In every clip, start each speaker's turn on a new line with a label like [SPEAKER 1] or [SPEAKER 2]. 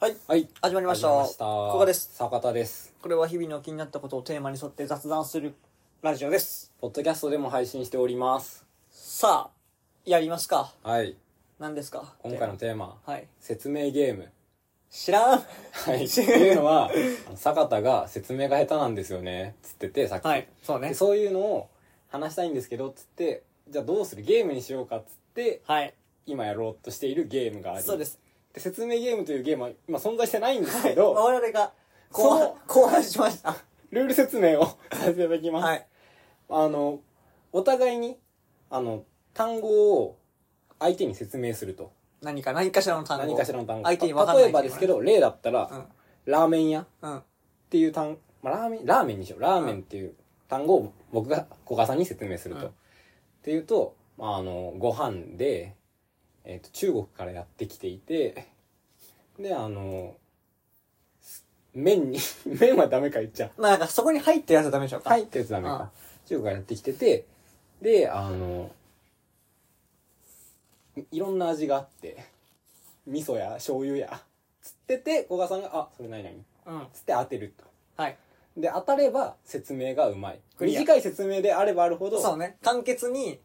[SPEAKER 1] はい。
[SPEAKER 2] 始まりました
[SPEAKER 1] 始まりました。
[SPEAKER 2] ここです
[SPEAKER 1] 坂田です。
[SPEAKER 2] これは日々の気になったことをテーマに沿って雑談するラジオです
[SPEAKER 1] ポッドキャストでも配信しております。
[SPEAKER 2] さあやりますか
[SPEAKER 1] はい。
[SPEAKER 2] 何ですか
[SPEAKER 1] 今回のテーマ、
[SPEAKER 2] はい
[SPEAKER 1] 説明ゲーム。
[SPEAKER 2] 知らん
[SPEAKER 1] は い。っていうのは、あの坂田が説明が下手なんですよね。つってて、さっき。
[SPEAKER 2] はいそう
[SPEAKER 1] で
[SPEAKER 2] ね
[SPEAKER 1] そういうのを話したいんですけど、つって、じゃあどうするゲームにしようか、つって、
[SPEAKER 2] はい
[SPEAKER 1] 今やろうとしているゲームがあり。
[SPEAKER 2] そうです
[SPEAKER 1] で説明ゲームというゲームは今存在してないんですけど、
[SPEAKER 2] 我々が
[SPEAKER 1] そ
[SPEAKER 2] こ
[SPEAKER 1] の
[SPEAKER 2] う考案しました
[SPEAKER 1] ルール説明を させていただきます。
[SPEAKER 2] はい
[SPEAKER 1] あの、お互いに、あの、単語を相手に説明すると。
[SPEAKER 2] 何か何かしらの単語
[SPEAKER 1] 何かしらの単語。
[SPEAKER 2] 相手に分かんない
[SPEAKER 1] 例えばですけど、例だったら、ラーメン屋っ
[SPEAKER 2] うんうん
[SPEAKER 1] ていう単、まあ、ラーメン、ラーメンにしよう。ラーメンっていう単語を僕が小川さんに説明すると。
[SPEAKER 2] うん
[SPEAKER 1] っていうと、まあ、あの、ご飯で、えっ、と、中国からやってきていて、で、あの、麺に、 麺はダメか言っちゃう。
[SPEAKER 2] まあなんかそこに入ってるやつはダメでしょうか
[SPEAKER 1] はいってやつダ
[SPEAKER 2] う
[SPEAKER 1] メか
[SPEAKER 2] ん。
[SPEAKER 1] 中国がやってきてて、で、あの、いいろんな味があって、味噌や醤油や、つってて、古賀さんが、あ、それ何々、
[SPEAKER 2] うん
[SPEAKER 1] つって当てると。
[SPEAKER 2] はい
[SPEAKER 1] で、当たれば説明がうまい。
[SPEAKER 2] クリア
[SPEAKER 1] 短い説明であればあるほど、
[SPEAKER 2] そうね簡潔に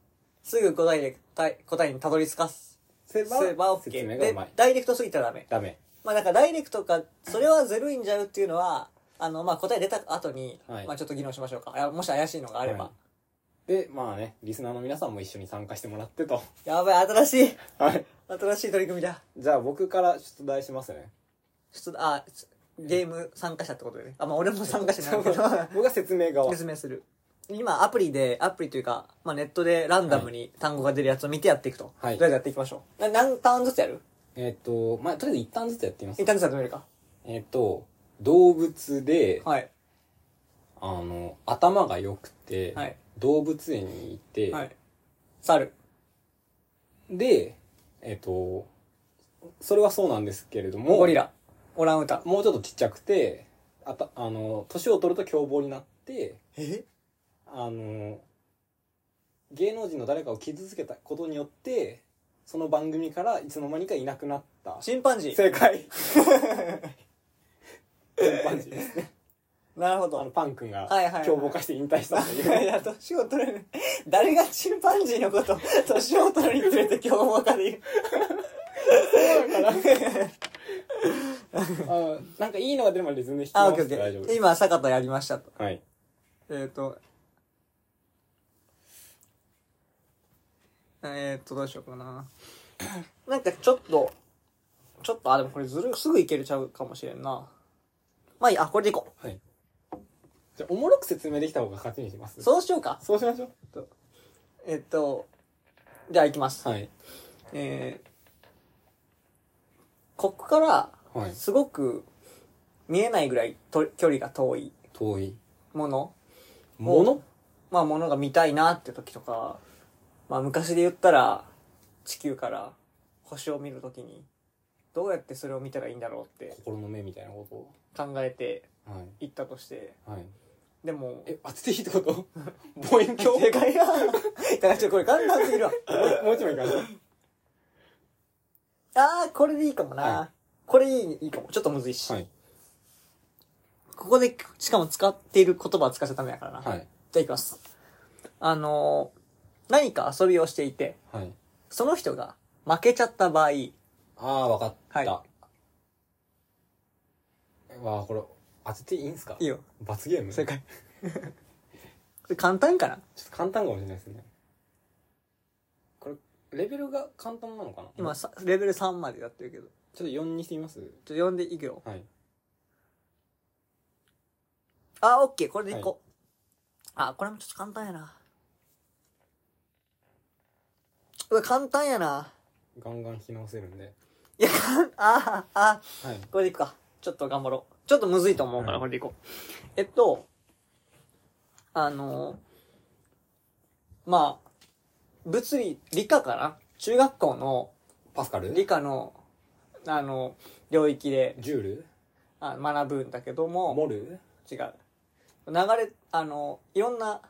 [SPEAKER 2] すぐ答えでたい答えにたどり着かす
[SPEAKER 1] せば
[SPEAKER 2] せば
[SPEAKER 1] 説
[SPEAKER 2] OK
[SPEAKER 1] 明がう
[SPEAKER 2] で
[SPEAKER 1] まい。
[SPEAKER 2] ダイレクトすぎたらダメ
[SPEAKER 1] ダメ。
[SPEAKER 2] まあなんかダイレクトか、それはずるいんじゃうっていうのは、あの、まあ答え出た後に、
[SPEAKER 1] はい
[SPEAKER 2] まあちょっと議論しましょうか。あもし怪しいのがあれば。
[SPEAKER 1] はいで、まあね、リスナーの皆さんも一緒に参加してもらってと。
[SPEAKER 2] やばい、新しい、
[SPEAKER 1] はい。
[SPEAKER 2] 新しい取り組みだ。
[SPEAKER 1] じゃあ僕から出題しますね。
[SPEAKER 2] 出あ、ゲーム参加者ってことでね。あ、まあ俺も参加者なんだけど、
[SPEAKER 1] 僕が説明 側。
[SPEAKER 2] 説明する。今、アプリで、アプリというか、まあネットでランダムに単語が出るやつを見てやっていくと。
[SPEAKER 1] はい
[SPEAKER 2] とりあえずやっていきましょう。な何ターンずつやる
[SPEAKER 1] えっ、と、まあ、とりあえず一旦ずつやってみます
[SPEAKER 2] 一。旦ずつやってみるか。
[SPEAKER 1] えっと、動物で、
[SPEAKER 2] はい。
[SPEAKER 1] あの、頭が良くて、
[SPEAKER 2] はい
[SPEAKER 1] 動物園にいて、
[SPEAKER 2] はい。猿。
[SPEAKER 1] で、えっと、それはそうなんですけれども、
[SPEAKER 2] ゴリラ。オランウータン。
[SPEAKER 1] もうちょっとちっちゃくて、あた、あの、年を取ると凶暴になって、
[SPEAKER 2] え
[SPEAKER 1] あの、芸能人の誰かを傷つけたことによって、その番組からいつの間にかいなくなった。
[SPEAKER 2] チンパンジー。
[SPEAKER 1] 正 解チンパンジーですね。
[SPEAKER 2] なるほど
[SPEAKER 1] あの、。パン君が
[SPEAKER 2] はいはいはい
[SPEAKER 1] 凶暴化して引退したという。
[SPEAKER 2] いや、年を取る。誰がチンパンジーのこと、年を取るにつれて今日もかで言う。
[SPEAKER 1] あなんかいいのが出るまで全然引き
[SPEAKER 2] あ、オ
[SPEAKER 1] ま
[SPEAKER 2] ッケーオ
[SPEAKER 1] す
[SPEAKER 2] ッケ
[SPEAKER 1] 大丈夫
[SPEAKER 2] ー。今、坂田やりましたと。
[SPEAKER 1] はい。
[SPEAKER 2] えっ、と、えっ、と、どうしようかな。 なんかちょっと、ちょっと、あ、でもこれずる、すぐいけるちゃうかもしれんな。まあいい、あ、これでいこ
[SPEAKER 1] はい。じゃあ、おもろく説明できた方が勝ちにします
[SPEAKER 2] う。そうしようか。
[SPEAKER 1] そうしましょう。
[SPEAKER 2] えっ、と、じゃあ行きます。
[SPEAKER 1] はい。
[SPEAKER 2] えー、ここから、
[SPEAKER 1] はい。
[SPEAKER 2] すごく見えないぐらいと距離が遠い
[SPEAKER 1] 遠い。
[SPEAKER 2] もの、
[SPEAKER 1] もの
[SPEAKER 2] まあものが見たいなって時とか、まあ昔で言ったら地球から星を見る時にどうやってそれを見たらいいんだろうって
[SPEAKER 1] 心の目みたいなこ
[SPEAKER 2] 考えて
[SPEAKER 1] とはい
[SPEAKER 2] ったとして、
[SPEAKER 1] い。はい。
[SPEAKER 2] でも、
[SPEAKER 1] え、当てていいってこと 望遠鏡
[SPEAKER 2] 正解が、 だからちょっとこれ簡単すぎ るわ。
[SPEAKER 1] もう一枚いきましょう。
[SPEAKER 2] あー、これでいいかもな。
[SPEAKER 1] は
[SPEAKER 2] これいいいいかも。ちょっとむずいし。
[SPEAKER 1] はい。
[SPEAKER 2] ここで、しかも使っている言葉は使っちゃダメだからな。
[SPEAKER 1] はい。
[SPEAKER 2] じゃあいきます。あのー何か遊びをしていて、
[SPEAKER 1] はい。
[SPEAKER 2] その人が負けちゃった場合、
[SPEAKER 1] ああ、わかった。
[SPEAKER 2] はい
[SPEAKER 1] えわあ、これ、当てていいんすか
[SPEAKER 2] いいよ。
[SPEAKER 1] 罰ゲーム
[SPEAKER 2] 正解。 これ簡単かな
[SPEAKER 1] ちょっと簡単かもしれないですね。これ、レベルが簡単なのかな
[SPEAKER 2] 今
[SPEAKER 1] ちょ
[SPEAKER 2] さ、レベル3までやってるけど。
[SPEAKER 1] っと4にしてみます
[SPEAKER 2] ちょっと呼んでいくよ。
[SPEAKER 1] はい。
[SPEAKER 2] あ、オッケー。これでいこう。あ、これもちょっと簡単やな。うわ、簡単やな。
[SPEAKER 1] ガンガン引き直せるんで。
[SPEAKER 2] いや、かんあー、あ
[SPEAKER 1] はい。
[SPEAKER 2] ー、これでいくか。ちょっと頑張ろう。ちょっとむずいと思うから、
[SPEAKER 1] はい
[SPEAKER 2] これでいこう。えっと、あのーまあ、物理、理科かな中学校の
[SPEAKER 1] パスカル
[SPEAKER 2] 理科の、あの、領域で
[SPEAKER 1] ジュール
[SPEAKER 2] あ学ぶんだけども、
[SPEAKER 1] モル
[SPEAKER 2] 違う。流れ、あの、いろんな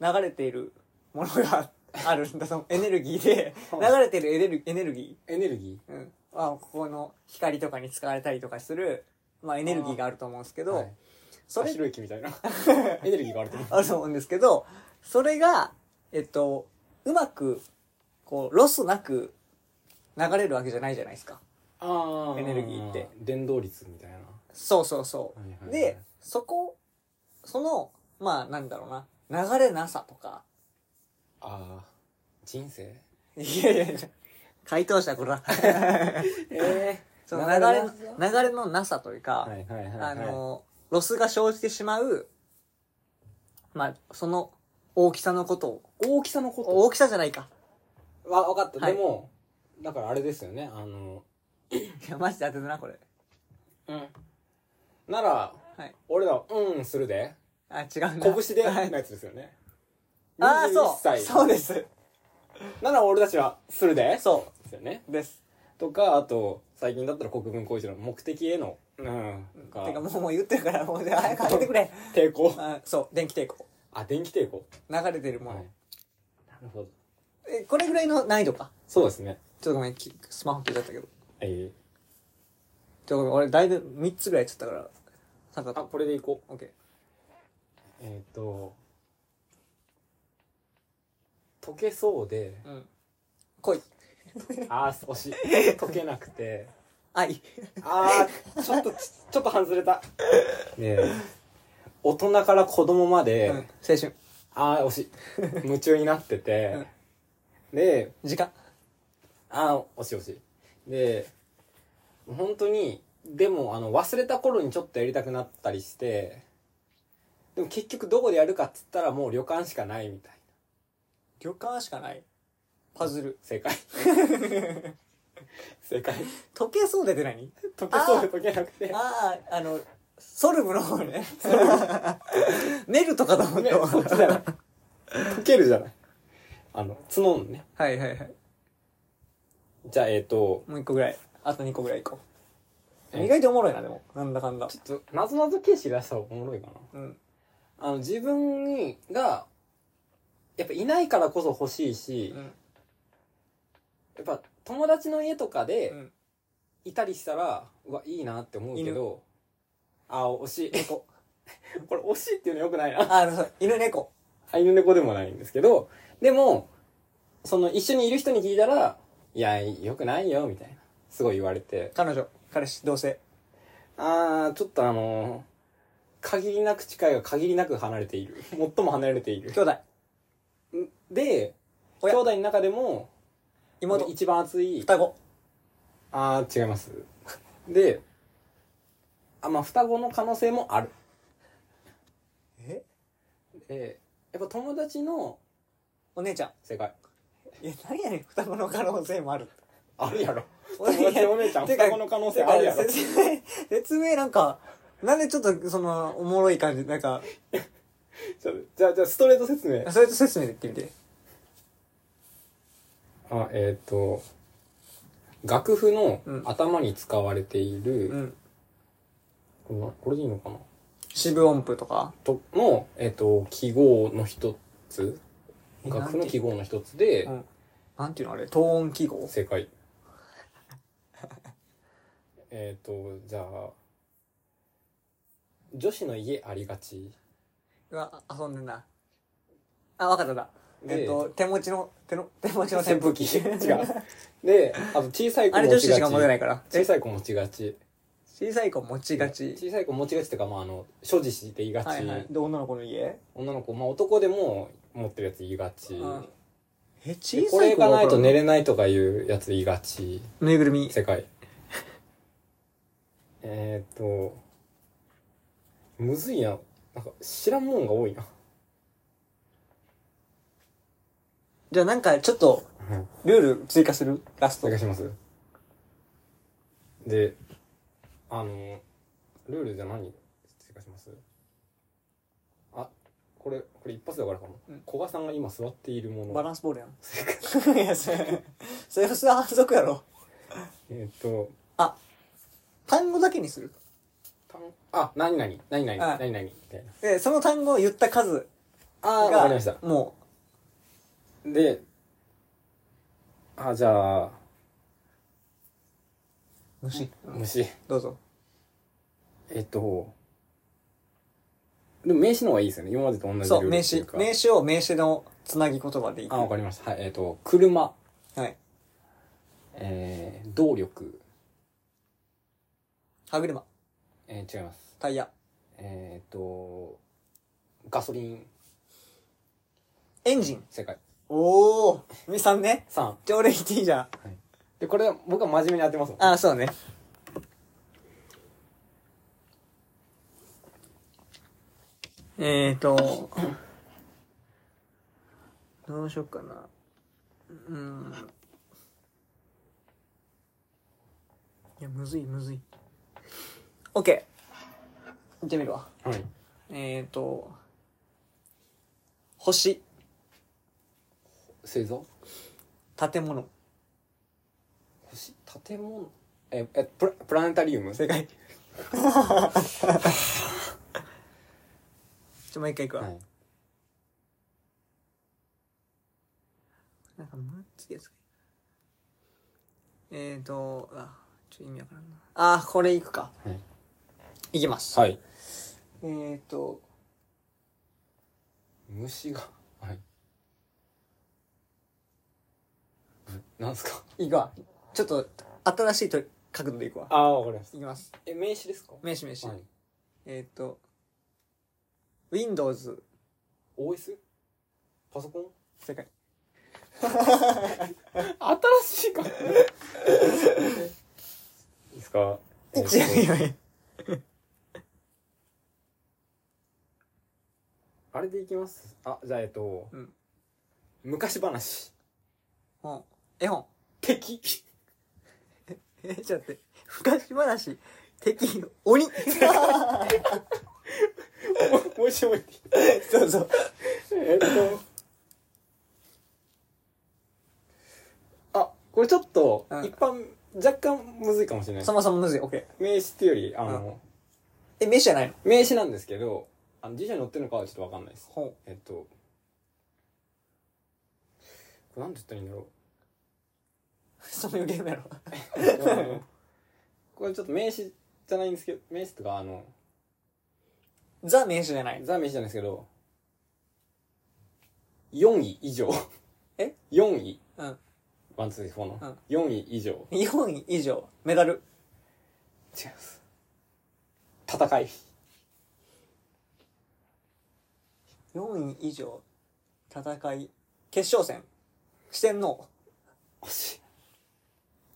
[SPEAKER 2] 流れているも のがあるんだ、そのエネルギーで、
[SPEAKER 1] は
[SPEAKER 2] 流れているエネルエネルギ
[SPEAKER 1] エネルギ
[SPEAKER 2] ー、うん、まあ、ここの光とかに使われたりとかする、まあ、エネルギーがあると思うんですけど、
[SPEAKER 1] はい、
[SPEAKER 2] それ
[SPEAKER 1] 白い木みたいな エネルギーがあると思う
[SPEAKER 2] あると思うんですけど、それが、えっと、うまく、こう、ロスなく流れるわけじゃないじゃないですか。
[SPEAKER 1] あ
[SPEAKER 2] エネルギーって
[SPEAKER 1] 伝導率みたいな、
[SPEAKER 2] そうそうそう。
[SPEAKER 1] はいはいはい
[SPEAKER 2] で、そこ、その、まあ、なんだろうな、流れなさとか、
[SPEAKER 1] ああ人生
[SPEAKER 2] いやいやいや、回答者これは。
[SPEAKER 1] ええ
[SPEAKER 2] その流れ、流れのなさというか、
[SPEAKER 1] はいはいはい、はい、
[SPEAKER 2] あの、ロスが生じてしまう、まあ、その大きさのことを、
[SPEAKER 1] 大きさのこと
[SPEAKER 2] 大きさじゃないか。
[SPEAKER 1] わ、分かった。
[SPEAKER 2] はい
[SPEAKER 1] でも、だからあれですよね。あの、
[SPEAKER 2] いや、マジで当てたな、これ。
[SPEAKER 1] なら、
[SPEAKER 2] はい。
[SPEAKER 1] 俺ら、うん、するで、
[SPEAKER 2] あ、違うな。
[SPEAKER 1] 拳で、
[SPEAKER 2] は
[SPEAKER 1] ないやつですよね。
[SPEAKER 2] ああ、
[SPEAKER 1] 21
[SPEAKER 2] そう。
[SPEAKER 1] 歳
[SPEAKER 2] そうです。
[SPEAKER 1] なら俺たちは、するで、
[SPEAKER 2] そ
[SPEAKER 1] ですよね。
[SPEAKER 2] う。です。
[SPEAKER 1] とか、あと、最近だったら国分光一の目的への、うん、
[SPEAKER 2] てか、
[SPEAKER 1] が
[SPEAKER 2] もう、もう言ってるから、もう、早く当ててくれ。
[SPEAKER 1] 抵抗。
[SPEAKER 2] あそう、電気抵抗。
[SPEAKER 1] あ、電気抵抗。
[SPEAKER 2] 流れてるも
[SPEAKER 1] はい
[SPEAKER 2] の。。
[SPEAKER 1] なるほど。
[SPEAKER 2] え、これぐらいの難易度か。
[SPEAKER 1] そうですね。
[SPEAKER 2] ちょっとごめん、きスマホ消えちゃったけど。
[SPEAKER 1] え
[SPEAKER 2] ちょっとごめん、俺、だいぶ3つぐらいやっちゃったから。さ
[SPEAKER 1] ー、あ、
[SPEAKER 2] か
[SPEAKER 1] これでいこ
[SPEAKER 2] オッケ
[SPEAKER 1] う。えっ、と、溶けそうで、
[SPEAKER 2] ー。うん。来い。
[SPEAKER 1] あー、少し、溶けなくて、
[SPEAKER 2] あ、いい。
[SPEAKER 1] あー、ちょっと、ちちょっと外れた。ねえ。大人から子供まで、
[SPEAKER 2] うん。青春。
[SPEAKER 1] あー、惜しい。夢中になってて、で、
[SPEAKER 2] 時間。
[SPEAKER 1] あー、惜しい惜しい。で、本当に、でも、あの、忘れた頃にちょっとやりたくなったりして、でも結局どこでやるかっつったらもう旅館しかないみたいな。
[SPEAKER 2] 旅館しかない。パズル。
[SPEAKER 1] 正解。 正解。
[SPEAKER 2] 溶けそうでって何
[SPEAKER 1] 溶けそうで溶けなくて。
[SPEAKER 2] ああ、あの、ソルブの方 ね。メルとかと思っ
[SPEAKER 1] ね
[SPEAKER 2] て
[SPEAKER 1] そっちじゃない。溶けるじゃない。あの、角のね。
[SPEAKER 2] はいはいはい。
[SPEAKER 1] じゃあ、えっ、と、
[SPEAKER 2] もう一個ぐらい。あと二個ぐらいいこう。
[SPEAKER 1] え
[SPEAKER 2] 意外とおもろいな、でも。なんだかんだ。
[SPEAKER 1] ちょっと、なぞなぞ形式出した方がおもろいか
[SPEAKER 2] う
[SPEAKER 1] な。
[SPEAKER 2] ん。
[SPEAKER 1] あの、自分にが、やっぱいないからこそ欲しいし、
[SPEAKER 2] うん。
[SPEAKER 1] やっぱ友達の家とか
[SPEAKER 2] う
[SPEAKER 1] で
[SPEAKER 2] ん。
[SPEAKER 1] いたりしたら、うわ、いいなって思うけど、あ、惜しい。
[SPEAKER 2] 猫。
[SPEAKER 1] これ惜しいっていうのよくないな。
[SPEAKER 2] あ、そう、犬猫。
[SPEAKER 1] あ犬猫でもないんですけど、でも、その一緒にいる人に聞いたら、いや、よくないよ、みたいな。すごい言われて。
[SPEAKER 2] 彼女。彼氏。同性。
[SPEAKER 1] あー、ちょっとあのー限りなく近いが限りなく離れている。最も離れて いる
[SPEAKER 2] 兄。弟。
[SPEAKER 1] で、兄
[SPEAKER 2] 親
[SPEAKER 1] 弟の中でも、
[SPEAKER 2] 妹。
[SPEAKER 1] 一番熱い、
[SPEAKER 2] 双子。
[SPEAKER 1] あー、違います。で、あ、まあ、双子の可能性もある。
[SPEAKER 2] え
[SPEAKER 1] で、やっぱ友達の、
[SPEAKER 2] お姉ちゃ
[SPEAKER 1] 正解。
[SPEAKER 2] ん。いや、何やねん、双子の可能性もあ る。
[SPEAKER 1] あるやろ。
[SPEAKER 2] お姉
[SPEAKER 1] 友達の お姉ちゃん、双子の可能性あるやろ。
[SPEAKER 2] 説明、説明なんか、なんでちょっと、その、おもろい感じ、なんか、
[SPEAKER 1] ちょじゃあ、じゃあ、ストレート説明。
[SPEAKER 2] それと説明で言ってみて。
[SPEAKER 1] あ、えっ、と、楽譜の
[SPEAKER 2] うん
[SPEAKER 1] 頭に使われている、
[SPEAKER 2] うん。
[SPEAKER 1] このこれでいいのかな
[SPEAKER 2] 四分音符とか
[SPEAKER 1] との、えっ、と、記号の一つ
[SPEAKER 2] え
[SPEAKER 1] 楽
[SPEAKER 2] な
[SPEAKER 1] 譜の
[SPEAKER 2] んて
[SPEAKER 1] 記号の一つで、
[SPEAKER 2] うんなんていうのあれ等音記号
[SPEAKER 1] 正解。えっと、じゃあ、女子の家ありがち。
[SPEAKER 2] うわ、遊んでんな。あ、わかっただ。
[SPEAKER 1] で
[SPEAKER 2] えっと、手持ちの、手の、手持ちの
[SPEAKER 1] 扇風機。違う。で、あと小さい子
[SPEAKER 2] あれ
[SPEAKER 1] 持
[SPEAKER 2] 女
[SPEAKER 1] ち
[SPEAKER 2] 子し
[SPEAKER 1] がち。
[SPEAKER 2] か持てないから。
[SPEAKER 1] 小さい子持ちがち。
[SPEAKER 2] 小さい子持ちがち。
[SPEAKER 1] 小さい子持ちがちっていうか、まあ、あの、所持していがち。
[SPEAKER 2] はいはい。で、女の子の家
[SPEAKER 1] 女の子、まあ、男でも持ってるやつ言いがち、
[SPEAKER 2] うんえ、小さい
[SPEAKER 1] で
[SPEAKER 2] 子
[SPEAKER 1] これがないと寝
[SPEAKER 2] れ。
[SPEAKER 1] れないとかいうやつ言いがち
[SPEAKER 2] ぬいぐるみ。
[SPEAKER 1] 世界えーっとむずいななんか知らんもんが多いな
[SPEAKER 2] じゃあなんかちょっと、ルール追加するラス
[SPEAKER 1] お
[SPEAKER 2] ト
[SPEAKER 1] 願い。しますであのルールじゃ何追加しますあこれこれ一発だからかな、
[SPEAKER 2] うん
[SPEAKER 1] 古賀さんが今座っているもの
[SPEAKER 2] バランスボールやん。 いや、それ、それはそれは反則やろ。
[SPEAKER 1] えーっと
[SPEAKER 2] 単語だけにする。
[SPEAKER 1] 単あ何々何々
[SPEAKER 2] あ
[SPEAKER 1] 何々みたいな
[SPEAKER 2] で、その単語を言った数
[SPEAKER 1] あわかりまし
[SPEAKER 2] が
[SPEAKER 1] た、
[SPEAKER 2] も
[SPEAKER 1] で、あ、じゃあ、
[SPEAKER 2] 虫、うん
[SPEAKER 1] 虫。
[SPEAKER 2] どうぞ
[SPEAKER 1] えっと、でも名詞の方がいいですよね。今までと同じル
[SPEAKER 2] そう
[SPEAKER 1] ール
[SPEAKER 2] 名
[SPEAKER 1] ってい
[SPEAKER 2] 詞
[SPEAKER 1] うか。
[SPEAKER 2] 名詞を名詞のつなぎ言葉でいい
[SPEAKER 1] あ、わかりました。はい。えっと、車、
[SPEAKER 2] はい
[SPEAKER 1] えー、動力、
[SPEAKER 2] 歯車
[SPEAKER 1] えー、違います。
[SPEAKER 2] タイヤ
[SPEAKER 1] えっと、ガソリン、
[SPEAKER 2] エンジン
[SPEAKER 1] 正解。
[SPEAKER 2] おおみさんね
[SPEAKER 1] 3。
[SPEAKER 2] 条例言っていいじゃん
[SPEAKER 1] で、これ僕は真面目に当てますもん。
[SPEAKER 2] あそうねえーとどうしよっかなうんいやむずいむずい OK 行ってみるわ
[SPEAKER 1] はい。
[SPEAKER 2] えーと星
[SPEAKER 1] 製造
[SPEAKER 2] 建物
[SPEAKER 1] 星建物え、え、プラ、プラネタリウム
[SPEAKER 2] 正解ちょもう一回いくわ、
[SPEAKER 1] はい。
[SPEAKER 2] なんか、むつやつがいいえーと、あ、ちょっと意味わからんな。あー、これいくか。
[SPEAKER 1] はい。
[SPEAKER 2] いきます。
[SPEAKER 1] はい。
[SPEAKER 2] えーと、
[SPEAKER 1] 虫が、はい。えなんすか
[SPEAKER 2] いくわ。ちょっと、新しいと角度でいくわ。
[SPEAKER 1] ああ、わかりまし
[SPEAKER 2] いきます。
[SPEAKER 1] え、名詞ですか
[SPEAKER 2] 名詞名詞。
[SPEAKER 1] はい。
[SPEAKER 2] えーと、Windows。
[SPEAKER 1] OS? パソコン
[SPEAKER 2] 正解。
[SPEAKER 1] 新しいかいいですかえ
[SPEAKER 2] 違う
[SPEAKER 1] ーと
[SPEAKER 2] よね。
[SPEAKER 1] あれでいきますあ、じゃあ、えっと、
[SPEAKER 2] うん
[SPEAKER 1] 昔話。
[SPEAKER 2] 本。絵本。
[SPEAKER 1] 敵。
[SPEAKER 2] え、ちょっと待って。昔話。敵、 鬼。
[SPEAKER 1] もう一度もう一度
[SPEAKER 2] そうそう。
[SPEAKER 1] えっと。あ、これちょっと、
[SPEAKER 2] うん
[SPEAKER 1] 一般、若干むずいかもしれない
[SPEAKER 2] そ。もそもむずい。オッケー。
[SPEAKER 1] 名詞っていうより、あの、
[SPEAKER 2] え、飯じゃないの
[SPEAKER 1] 名詞なんですけど、あの辞書に載ってるのかはちょっとわかんないです。
[SPEAKER 2] 本。
[SPEAKER 1] えっと、これなんて言ったらいいんだろう。
[SPEAKER 2] そのゲームやろ。
[SPEAKER 1] あのこれちょっと名詞じゃないんですけど、名詞とか、あの、
[SPEAKER 2] ザ名詞じゃない。
[SPEAKER 1] ザ名詞じゃないですけど、4位以上。
[SPEAKER 2] え
[SPEAKER 1] ?4 位。
[SPEAKER 2] うん。
[SPEAKER 1] ワン、ツー、フォー
[SPEAKER 2] う
[SPEAKER 1] の
[SPEAKER 2] ん。
[SPEAKER 1] 4位以上。違い
[SPEAKER 2] 4位以上。メダル。
[SPEAKER 1] ます。戦い。
[SPEAKER 2] 4位以上戦い決勝戦四天王
[SPEAKER 1] 惜し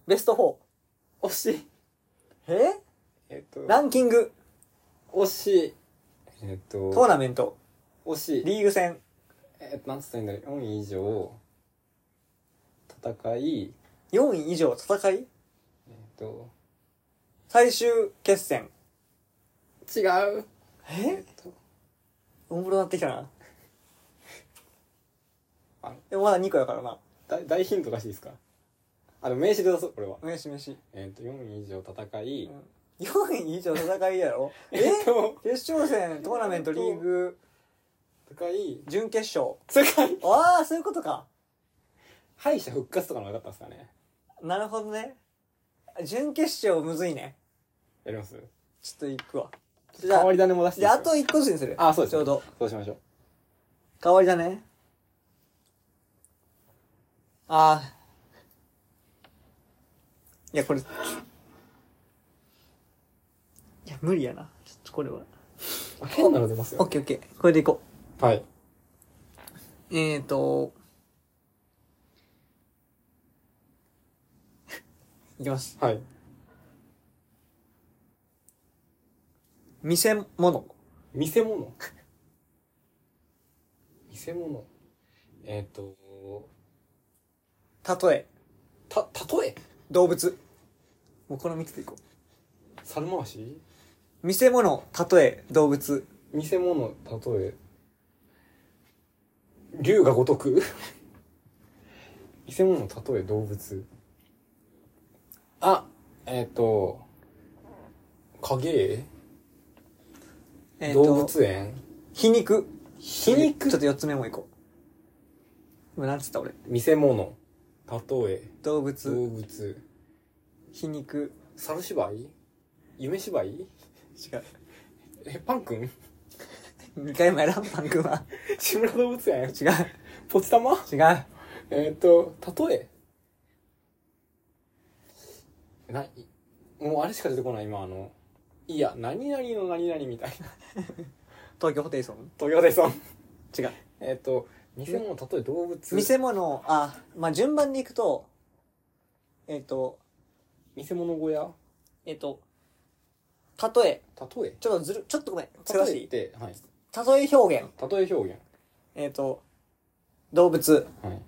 [SPEAKER 2] ベスト
[SPEAKER 1] い。惜しい。
[SPEAKER 2] 4え
[SPEAKER 1] えっと、
[SPEAKER 2] ランキング
[SPEAKER 1] 惜しい。えっ
[SPEAKER 2] トー
[SPEAKER 1] と、
[SPEAKER 2] ナメント
[SPEAKER 1] 惜しい。
[SPEAKER 2] リーグ戦
[SPEAKER 1] えっと、なんつったらいいんだろう。4位以上、戦い、えっ
[SPEAKER 2] 4位以上戦い
[SPEAKER 1] と、
[SPEAKER 2] 最終決戦
[SPEAKER 1] 違う。え
[SPEAKER 2] え
[SPEAKER 1] っと、
[SPEAKER 2] おもろなってきたな
[SPEAKER 1] あ
[SPEAKER 2] でもまだ2個やからな
[SPEAKER 1] 大大ヒント出していいですかあ、でも名詞で出そう、これは。
[SPEAKER 2] 飯飯
[SPEAKER 1] えっと、4位以上戦い、
[SPEAKER 2] 4位以上戦いやろえ
[SPEAKER 1] えっと、
[SPEAKER 2] 決勝戦トーナメントリーグ
[SPEAKER 1] 戦い、
[SPEAKER 2] 準決勝
[SPEAKER 1] 世界
[SPEAKER 2] ああそういうことか
[SPEAKER 1] 敗者復活とかの方が良かったですかね
[SPEAKER 2] なるほどね準決勝むずいね
[SPEAKER 1] やります
[SPEAKER 2] ちょっと行くわじ
[SPEAKER 1] 変
[SPEAKER 2] ゃあ
[SPEAKER 1] わり種も出してい
[SPEAKER 2] じ
[SPEAKER 1] い
[SPEAKER 2] ゃああ
[SPEAKER 1] ですか
[SPEAKER 2] と1個ずつにする
[SPEAKER 1] あそうです
[SPEAKER 2] ちょうど
[SPEAKER 1] そうしましょう
[SPEAKER 2] 変わりだね。ああ。いや、これ。いや、無理やな。ちょっとこれは。
[SPEAKER 1] あ変なの出ます
[SPEAKER 2] オッケーオッケー。これでいこ
[SPEAKER 1] はい。
[SPEAKER 2] う。えーと。いきます。
[SPEAKER 1] はい。
[SPEAKER 2] 見せ物。
[SPEAKER 1] 見せ物。見せ物。えっと、
[SPEAKER 2] 例え。
[SPEAKER 1] た、例え
[SPEAKER 2] 動物。もうこの3つでいこう。
[SPEAKER 1] 猿回し
[SPEAKER 2] 見せ物、例え、動物。
[SPEAKER 1] 見せ物、例え。竜が如く 見せ物、例え、動物。あ、えっ、と、影
[SPEAKER 2] えーと
[SPEAKER 1] 動物園
[SPEAKER 2] 皮肉。
[SPEAKER 1] 皮肉
[SPEAKER 2] ちょっと4つ目もいこう。今なんつった俺。
[SPEAKER 1] 見せ物例え
[SPEAKER 2] 動物、
[SPEAKER 1] 動物
[SPEAKER 2] 皮肉、
[SPEAKER 1] 猿芝居夢芝居
[SPEAKER 2] 違う。
[SPEAKER 1] え、パン君
[SPEAKER 2] 2回前ランパン君は。
[SPEAKER 1] 志村動物
[SPEAKER 2] 違
[SPEAKER 1] 園
[SPEAKER 2] う。
[SPEAKER 1] ポツタマ
[SPEAKER 2] 違う。
[SPEAKER 1] えーっと、例えない。もうあれしか出てこない、今あの。いや、何々の何々みたいな。
[SPEAKER 2] 東京ホテイソン
[SPEAKER 1] 東京でそん。
[SPEAKER 2] 違う。
[SPEAKER 1] えーっと、店も例え動物。
[SPEAKER 2] 見せ物、あ、まあ、順番でいくと、えっ、と、
[SPEAKER 1] 見せ物小屋
[SPEAKER 2] えっ、と、例え、
[SPEAKER 1] 例え
[SPEAKER 2] ちょっとずる、ちょっとごめん、難し
[SPEAKER 1] 例えっ
[SPEAKER 2] い。
[SPEAKER 1] て、はい。
[SPEAKER 2] 例え表現、
[SPEAKER 1] 例え表現。
[SPEAKER 2] えっ、と、動物、
[SPEAKER 1] はい。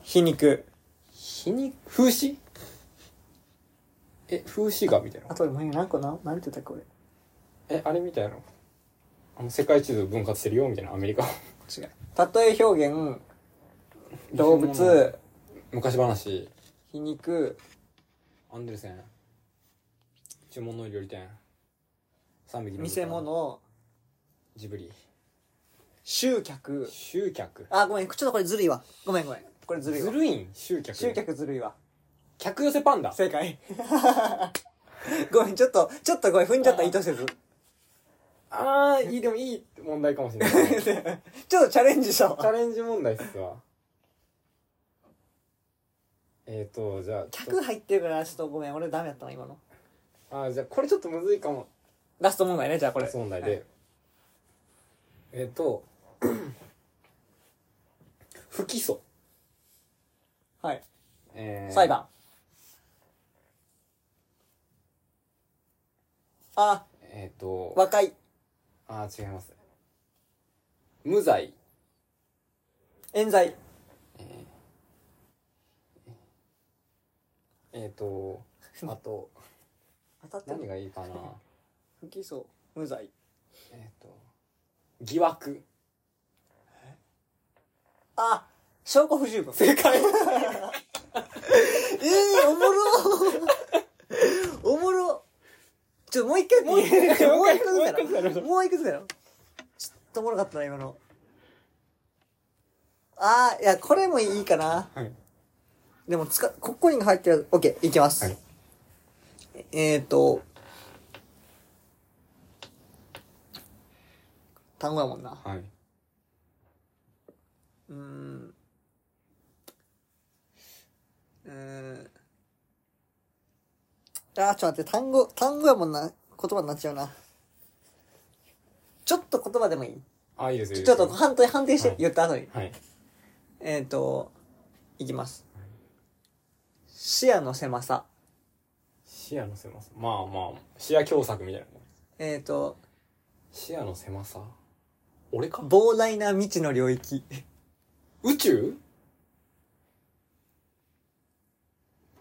[SPEAKER 2] 皮肉。
[SPEAKER 1] 皮肉風刺え、風刺画みたい
[SPEAKER 2] あ
[SPEAKER 1] な。
[SPEAKER 2] と、前何個な、なんて言ったっけ、俺。
[SPEAKER 1] え、あれみたいな。あの、世界地図分割してるよ、みたいな、アメリカ。
[SPEAKER 2] 違う。例え表現、動
[SPEAKER 1] 見せ物
[SPEAKER 2] 物、
[SPEAKER 1] 昔話。
[SPEAKER 2] 皮肉、
[SPEAKER 1] アンデルセン。注文の料理店。三匹の。
[SPEAKER 2] 見せ。物、
[SPEAKER 1] ジブリ。
[SPEAKER 2] 集客。
[SPEAKER 1] 集客。
[SPEAKER 2] あ、ごめん、ちょっとこれずるいわ。ごめんごめん。これずるい
[SPEAKER 1] ず
[SPEAKER 2] わ。
[SPEAKER 1] るいん集客。
[SPEAKER 2] 集。客ずるいわ。
[SPEAKER 1] 客寄せパンダ。
[SPEAKER 2] 正 解。ごめん、ちょっと、ちょっとごめん、踏んじゃった、意図せず。
[SPEAKER 1] あー、いい、でもいい問題かもしれない。 チ
[SPEAKER 2] ちょっとチャレンジしたわ。
[SPEAKER 1] ャレンジ問題っすわ。えーと、じゃあ、ちょっと
[SPEAKER 2] 客入ってるから、ちょっとごめん、俺ダメだったな、今の。
[SPEAKER 1] あーじゃあ、これちょっとむずいかも。
[SPEAKER 2] ラスト問題ね、じゃあこれ。
[SPEAKER 1] 問題
[SPEAKER 2] はい
[SPEAKER 1] で。えっと、 不起訴。
[SPEAKER 2] はい。
[SPEAKER 1] えー
[SPEAKER 2] 裁。判。あ、
[SPEAKER 1] えっと、
[SPEAKER 2] 和解。
[SPEAKER 1] あー、違います。無罪。
[SPEAKER 2] 冤罪。
[SPEAKER 1] えっ、 と、あと、
[SPEAKER 2] 当たって
[SPEAKER 1] 何
[SPEAKER 2] る。
[SPEAKER 1] がいい かな。
[SPEAKER 2] 不起訴。無罪。
[SPEAKER 1] えっと、疑惑。
[SPEAKER 2] あ、証拠不十分。 え
[SPEAKER 1] 正解
[SPEAKER 2] えー、おもろ おもろちょっともう一回もう一回も
[SPEAKER 1] も
[SPEAKER 2] う
[SPEAKER 1] う
[SPEAKER 2] 一
[SPEAKER 1] 一
[SPEAKER 2] 回
[SPEAKER 1] 回
[SPEAKER 2] ずつやろ。もう一回ずつやろ。ちょっとおもろかったな、今の。あー、いや、これもいいかな。
[SPEAKER 1] はい。
[SPEAKER 2] でも、つか、ここに入ってる、オッケー、いきます。
[SPEAKER 1] はい
[SPEAKER 2] えっ、ー、と、単語やもんな。
[SPEAKER 1] はい。
[SPEAKER 2] うーん。うーん。あー、ちょっと待って、単語、単語やもんな。言葉になっちゃうな。ちょっと言葉でもいい
[SPEAKER 1] あ、いいですよ。いい
[SPEAKER 2] ち
[SPEAKER 1] で
[SPEAKER 2] ょっ
[SPEAKER 1] すよ
[SPEAKER 2] と判定、判定して
[SPEAKER 1] は、い
[SPEAKER 2] 言った後に。
[SPEAKER 1] はい。
[SPEAKER 2] えっ、ー、と、いきます。視野の狭さ。
[SPEAKER 1] 視野の狭さ。まあまあ、視野狭窄みたいな。
[SPEAKER 2] えっ、ー、と、
[SPEAKER 1] 視野の狭さ俺か
[SPEAKER 2] 膨大な未知の領域。
[SPEAKER 1] 宇宙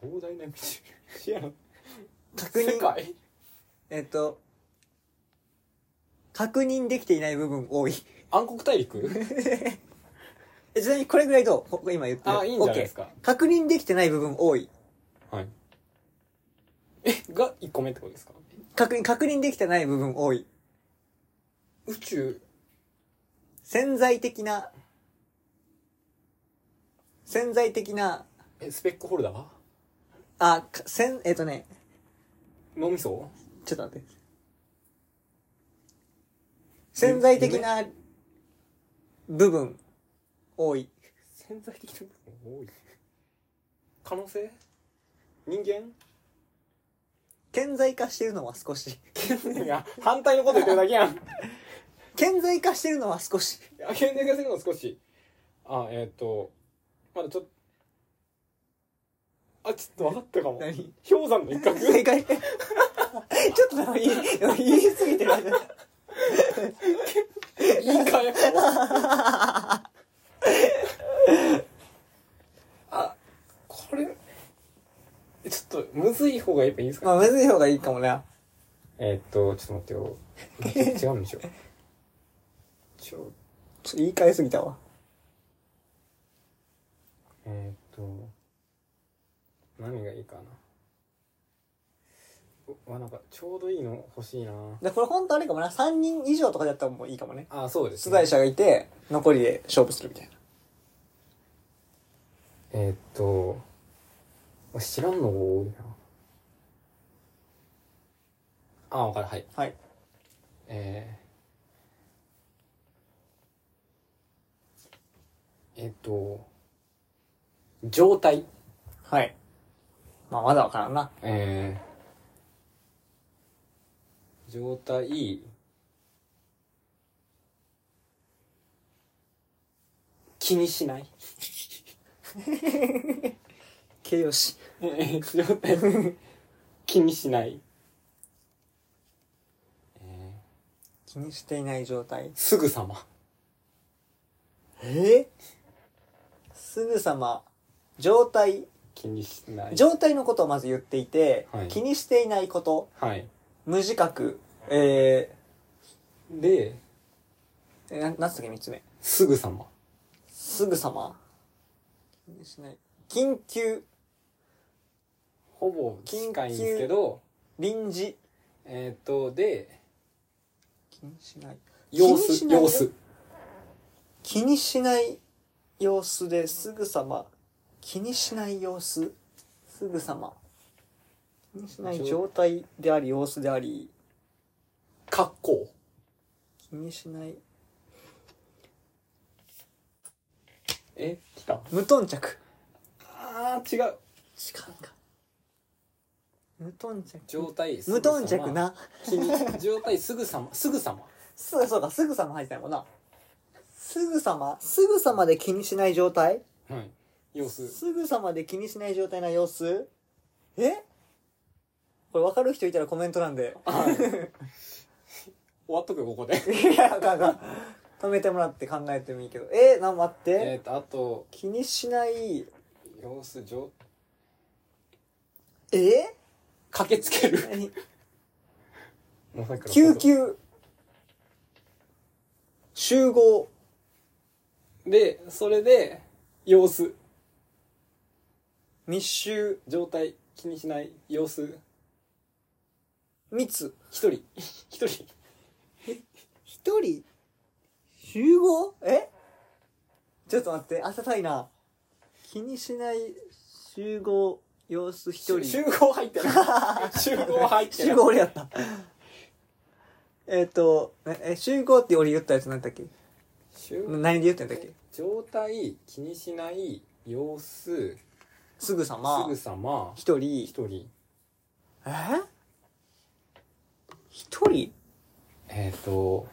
[SPEAKER 1] 膨大な道。 視野の
[SPEAKER 2] 確
[SPEAKER 1] 世
[SPEAKER 2] 認、
[SPEAKER 1] 界
[SPEAKER 2] えっ、ー、と、確認できていない部分多い。
[SPEAKER 1] 暗黒 大陸
[SPEAKER 2] えちなみにこれぐらいどうこ今言ってる。
[SPEAKER 1] あいいんじゃないですか
[SPEAKER 2] OK 確認できてない部分多い。
[SPEAKER 1] はい。え、が1個目ってことですか
[SPEAKER 2] 確認、確認できてない部分多い。
[SPEAKER 1] 宇宙
[SPEAKER 2] 潜在的な、潜在的な、
[SPEAKER 1] え、スペックホルダー
[SPEAKER 2] あ、か潜、えっ、とね、
[SPEAKER 1] 脳みそ
[SPEAKER 2] ちょっと待って。潜在的な部分多い。
[SPEAKER 1] 潜在的な部分多い。可能性人間
[SPEAKER 2] 顕在化してるのは少し。
[SPEAKER 1] いや、反対のこと言ってるだけやん。い
[SPEAKER 2] 顕在化してるのは少し。
[SPEAKER 1] や、現代化するの少し。 あ、えっ、と、まだちょっと、あ、ちょっと分かったかも。
[SPEAKER 2] 何
[SPEAKER 1] 氷山の一角
[SPEAKER 2] 正解。ち ょっとでも言い 言い過ぎてる。
[SPEAKER 1] 言い換え あ、これ、ちょっと、むずい方がやっぱいいですか
[SPEAKER 2] まあ、むずい方がいいかもね。
[SPEAKER 1] えーっと、ちょっ と待ってよ。ち違うんでしょ。ちょ、
[SPEAKER 2] ちょっと言い換えすぎたわ。
[SPEAKER 1] えーっと、何がいいかな。うわ、なんか、ちょうどいいの欲しいな
[SPEAKER 2] で、これ本当あれかもな。3人以上とかだったらもういいかもね。
[SPEAKER 1] あ、そうです、
[SPEAKER 2] 出題者がいて、残りで勝負するみたいな。
[SPEAKER 1] えーっと、知らんのが多いな。あ、わかる、はい。
[SPEAKER 2] はい。
[SPEAKER 1] えー、えっと、状態。
[SPEAKER 2] はい。まあ、まだわからんな。
[SPEAKER 1] えー、状態、気にしない。
[SPEAKER 2] 形容詞。
[SPEAKER 1] えー状態、 気にしない。え
[SPEAKER 2] 気にしていない状態
[SPEAKER 1] ー、。すぐさま。
[SPEAKER 2] えすぐさま、状態、
[SPEAKER 1] 気にしない。
[SPEAKER 2] 状態のことをまず言っていて、
[SPEAKER 1] はい
[SPEAKER 2] 気にしていないこと、
[SPEAKER 1] はい。
[SPEAKER 2] 無自覚、え
[SPEAKER 1] で、
[SPEAKER 2] ー、えななんつったっけ、三つ目。
[SPEAKER 1] すぐさま。
[SPEAKER 2] すぐさま。気にしない。緊急、
[SPEAKER 1] ほぼ近いんですけど、
[SPEAKER 2] 臨時、
[SPEAKER 1] えーっと、で、
[SPEAKER 2] 気にしない。
[SPEAKER 1] 様
[SPEAKER 2] 気に
[SPEAKER 1] 子、
[SPEAKER 2] しない
[SPEAKER 1] 様子。
[SPEAKER 2] 気にしない様子ですぐさま。気にしない様子、すぐさま。気にしない状態であり、様子であり、
[SPEAKER 1] 格好。
[SPEAKER 2] 気にしない。
[SPEAKER 1] え来た
[SPEAKER 2] 無頓着。
[SPEAKER 1] あー、違う。
[SPEAKER 2] 違うか。無頓着。
[SPEAKER 1] 状態、
[SPEAKER 2] 無頓着
[SPEAKER 1] な。
[SPEAKER 2] な。
[SPEAKER 1] 気に状態、すぐさま、すぐさま。
[SPEAKER 2] すぐ、そうか、すぐさま入ってたもんな。すぐさま、すぐさまで気にしない状態
[SPEAKER 1] はい。様子。
[SPEAKER 2] すぐさまで気にしない状態な様子えこれ分かる人いたらコメントなんで。
[SPEAKER 1] はい。終わっとくよ、ここで。
[SPEAKER 2] いや、あかんあかん止めてもらって考えてもいいけど。え、な、待って。
[SPEAKER 1] えーっと、あと、
[SPEAKER 2] 気にしない。
[SPEAKER 1] 様子、状、
[SPEAKER 2] え
[SPEAKER 1] 駆けつける。
[SPEAKER 2] 何
[SPEAKER 1] もうさっきから
[SPEAKER 2] 救。急。集合。
[SPEAKER 1] で、それで、様子、
[SPEAKER 2] 密集。
[SPEAKER 1] 状態、気にしない、様子、
[SPEAKER 2] 密。
[SPEAKER 1] 一人、一人、
[SPEAKER 2] 一人集合えちょっと待って、朝たいな。気にしない集合様子一人。
[SPEAKER 1] 集合入って ない。集合入ってない。
[SPEAKER 2] 集合俺やった。えっと、え、え集合って俺言ったやつなんだっけ
[SPEAKER 1] 集合
[SPEAKER 2] 何で言ってんだっけ
[SPEAKER 1] 状態気にしない様子、
[SPEAKER 2] すぐさます
[SPEAKER 1] ぐ、さま
[SPEAKER 2] 一人、
[SPEAKER 1] 一人
[SPEAKER 2] え一人
[SPEAKER 1] えっ、と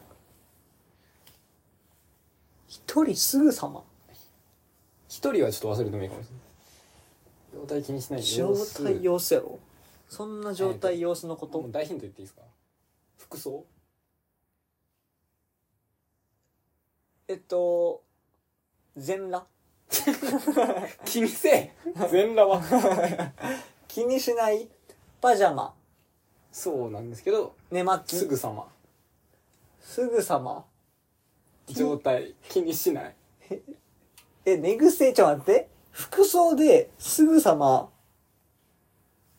[SPEAKER 2] 一人すぐさま
[SPEAKER 1] 一人はちょっと忘れてもいいかもしれない状態気にしない
[SPEAKER 2] 状
[SPEAKER 1] 様子
[SPEAKER 2] 態様子やろそんな状態様子のこ
[SPEAKER 1] も
[SPEAKER 2] と
[SPEAKER 1] う大ヒント言っていいですか服装
[SPEAKER 2] えっと全 裸
[SPEAKER 1] 気にせえ全裸は
[SPEAKER 2] 気にしないパジャマ
[SPEAKER 1] そうなんですけど
[SPEAKER 2] 寝巻き
[SPEAKER 1] すぐさます
[SPEAKER 2] ぐさま
[SPEAKER 1] 状態気にしない
[SPEAKER 2] え寝癖ちょっと待って服装ですぐさま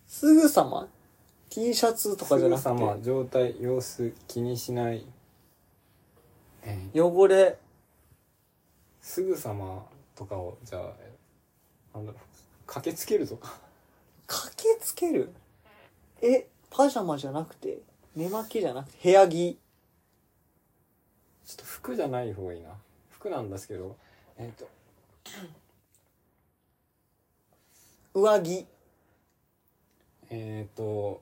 [SPEAKER 2] すぐさま T シャツとか
[SPEAKER 1] す
[SPEAKER 2] じゃ
[SPEAKER 1] ぐ
[SPEAKER 2] なく
[SPEAKER 1] さま
[SPEAKER 2] て
[SPEAKER 1] 状態様子気にしない、えー
[SPEAKER 2] 汚れ
[SPEAKER 1] すぐさまとかをじゃあえなんだろう駆けつけるとか
[SPEAKER 2] 駆けつけるえパジャマじゃなくて寝巻きじゃなくて部屋着
[SPEAKER 1] ちょっと服じゃない方がいいな。服なんですけど、えっ、と、
[SPEAKER 2] 上着
[SPEAKER 1] えっ、と、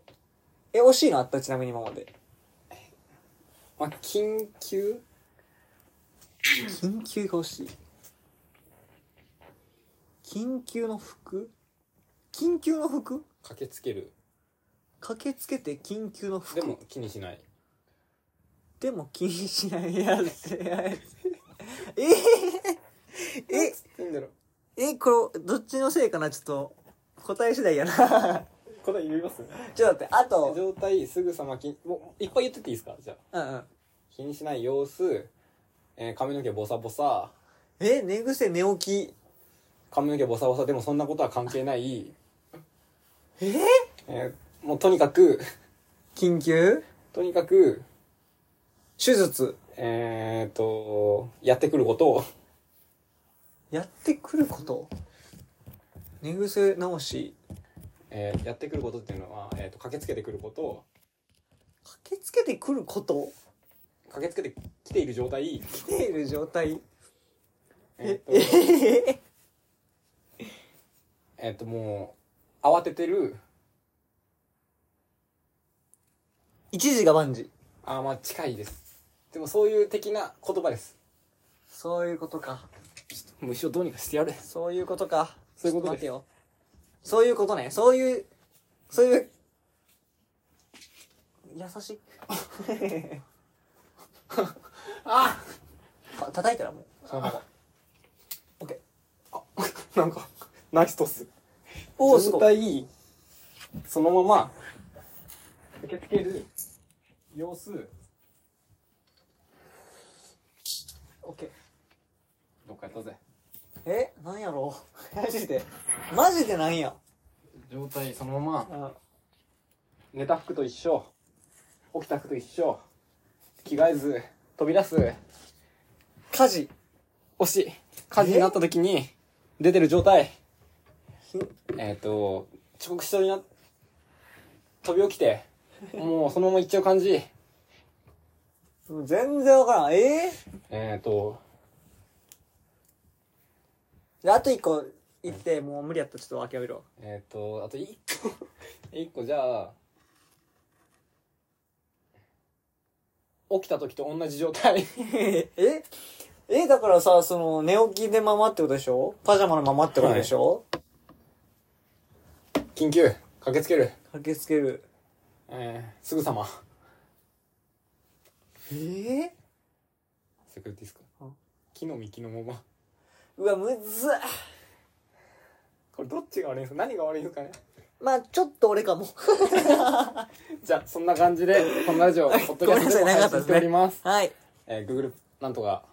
[SPEAKER 2] え惜しいのあったちなみに今まで
[SPEAKER 1] まあ、緊急
[SPEAKER 2] 緊急が欲しい緊急の服緊急の服
[SPEAKER 1] 駆けつける。
[SPEAKER 2] 駆けつけて緊急の服
[SPEAKER 1] でも気にしない。
[SPEAKER 2] でも気にしないやつやつ え
[SPEAKER 1] なんつってんだろう。
[SPEAKER 2] ええこれどっちのせいかなちょっと答え次第やな ちょっ
[SPEAKER 1] 答え言います
[SPEAKER 2] と待ってあと
[SPEAKER 1] 状態、すぐさまき、もう、いっぱい言ってっていいですかじゃあ。
[SPEAKER 2] うんうん
[SPEAKER 1] 気にしない様子、えー髪の毛ボサボサ、
[SPEAKER 2] え寝癖寝起き
[SPEAKER 1] 髪の毛ボサボサ、でもそんなことは関係ない。
[SPEAKER 2] え
[SPEAKER 1] えーもうとにかく、
[SPEAKER 2] 緊急
[SPEAKER 1] とにかく、
[SPEAKER 2] 手術
[SPEAKER 1] えっ、と、やってくることを、
[SPEAKER 2] やってくること寝癖直し
[SPEAKER 1] えーやってくることっていうのは、えっ、と、駆けつけてくることを、
[SPEAKER 2] 駆けつけてくること
[SPEAKER 1] 駆けつけてきている状態
[SPEAKER 2] 来ている状態
[SPEAKER 1] えっと
[SPEAKER 2] ええ
[SPEAKER 1] えっともう慌ててる
[SPEAKER 2] 一時が万事
[SPEAKER 1] あーまあ近いですでもそういう的な言葉です
[SPEAKER 2] そういうことか
[SPEAKER 1] もう一生どうにかしてやる
[SPEAKER 2] そういうことか
[SPEAKER 1] そういうこと
[SPEAKER 2] ちょっ
[SPEAKER 1] で
[SPEAKER 2] 待
[SPEAKER 1] す
[SPEAKER 2] てよそういうことねそういうそういう優しい
[SPEAKER 1] あ
[SPEAKER 2] あ叩いたらもうそのままオッケー
[SPEAKER 1] なんかナイストス
[SPEAKER 2] おおすごい
[SPEAKER 1] いそのまま受け付ける様子
[SPEAKER 2] オッケー
[SPEAKER 1] どっかやったぜ
[SPEAKER 2] えなんやろうマジでマジでなんや
[SPEAKER 1] 状態そのま
[SPEAKER 2] あ
[SPEAKER 1] ま寝た服と一緒起きた服と一緒着替えず飛び出す
[SPEAKER 2] 家事
[SPEAKER 1] 押し火事になった時に出てる状態
[SPEAKER 2] ひ
[SPEAKER 1] えっ、と遅刻しそうにな飛び起きてもうそのまま行っちゃう感じ
[SPEAKER 2] もう全然わからんえ
[SPEAKER 1] えっと
[SPEAKER 2] ー、であと一個行ってもう無理やったらちょっと諦めるわ
[SPEAKER 1] えっ、とあと一個 一個じゃあ起きた時と同じ状態
[SPEAKER 2] ええだからさ、その、寝起きでままってことでしょパジャマのままってことでしょ、
[SPEAKER 1] 緊急駆けつける、
[SPEAKER 2] 駆けつける。
[SPEAKER 1] えー、すぐさま
[SPEAKER 2] ええ
[SPEAKER 1] セクリティスか
[SPEAKER 2] うん
[SPEAKER 1] 木の幹のまま
[SPEAKER 2] うわ、むずっ
[SPEAKER 1] これどっちが悪いんですか何が悪いんですかね
[SPEAKER 2] まあちょっと俺かも。
[SPEAKER 1] じゃあそんな感じでこのラジオポッドキャストでも配信しております、
[SPEAKER 2] はい。
[SPEAKER 1] えー、Google なんとか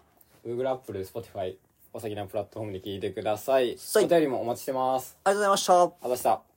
[SPEAKER 1] Google アップル Spotify お好きなプラットフォームで聞いてください
[SPEAKER 2] はい
[SPEAKER 1] お便りもお待ちしてます
[SPEAKER 2] ありがとうございました。
[SPEAKER 1] あざした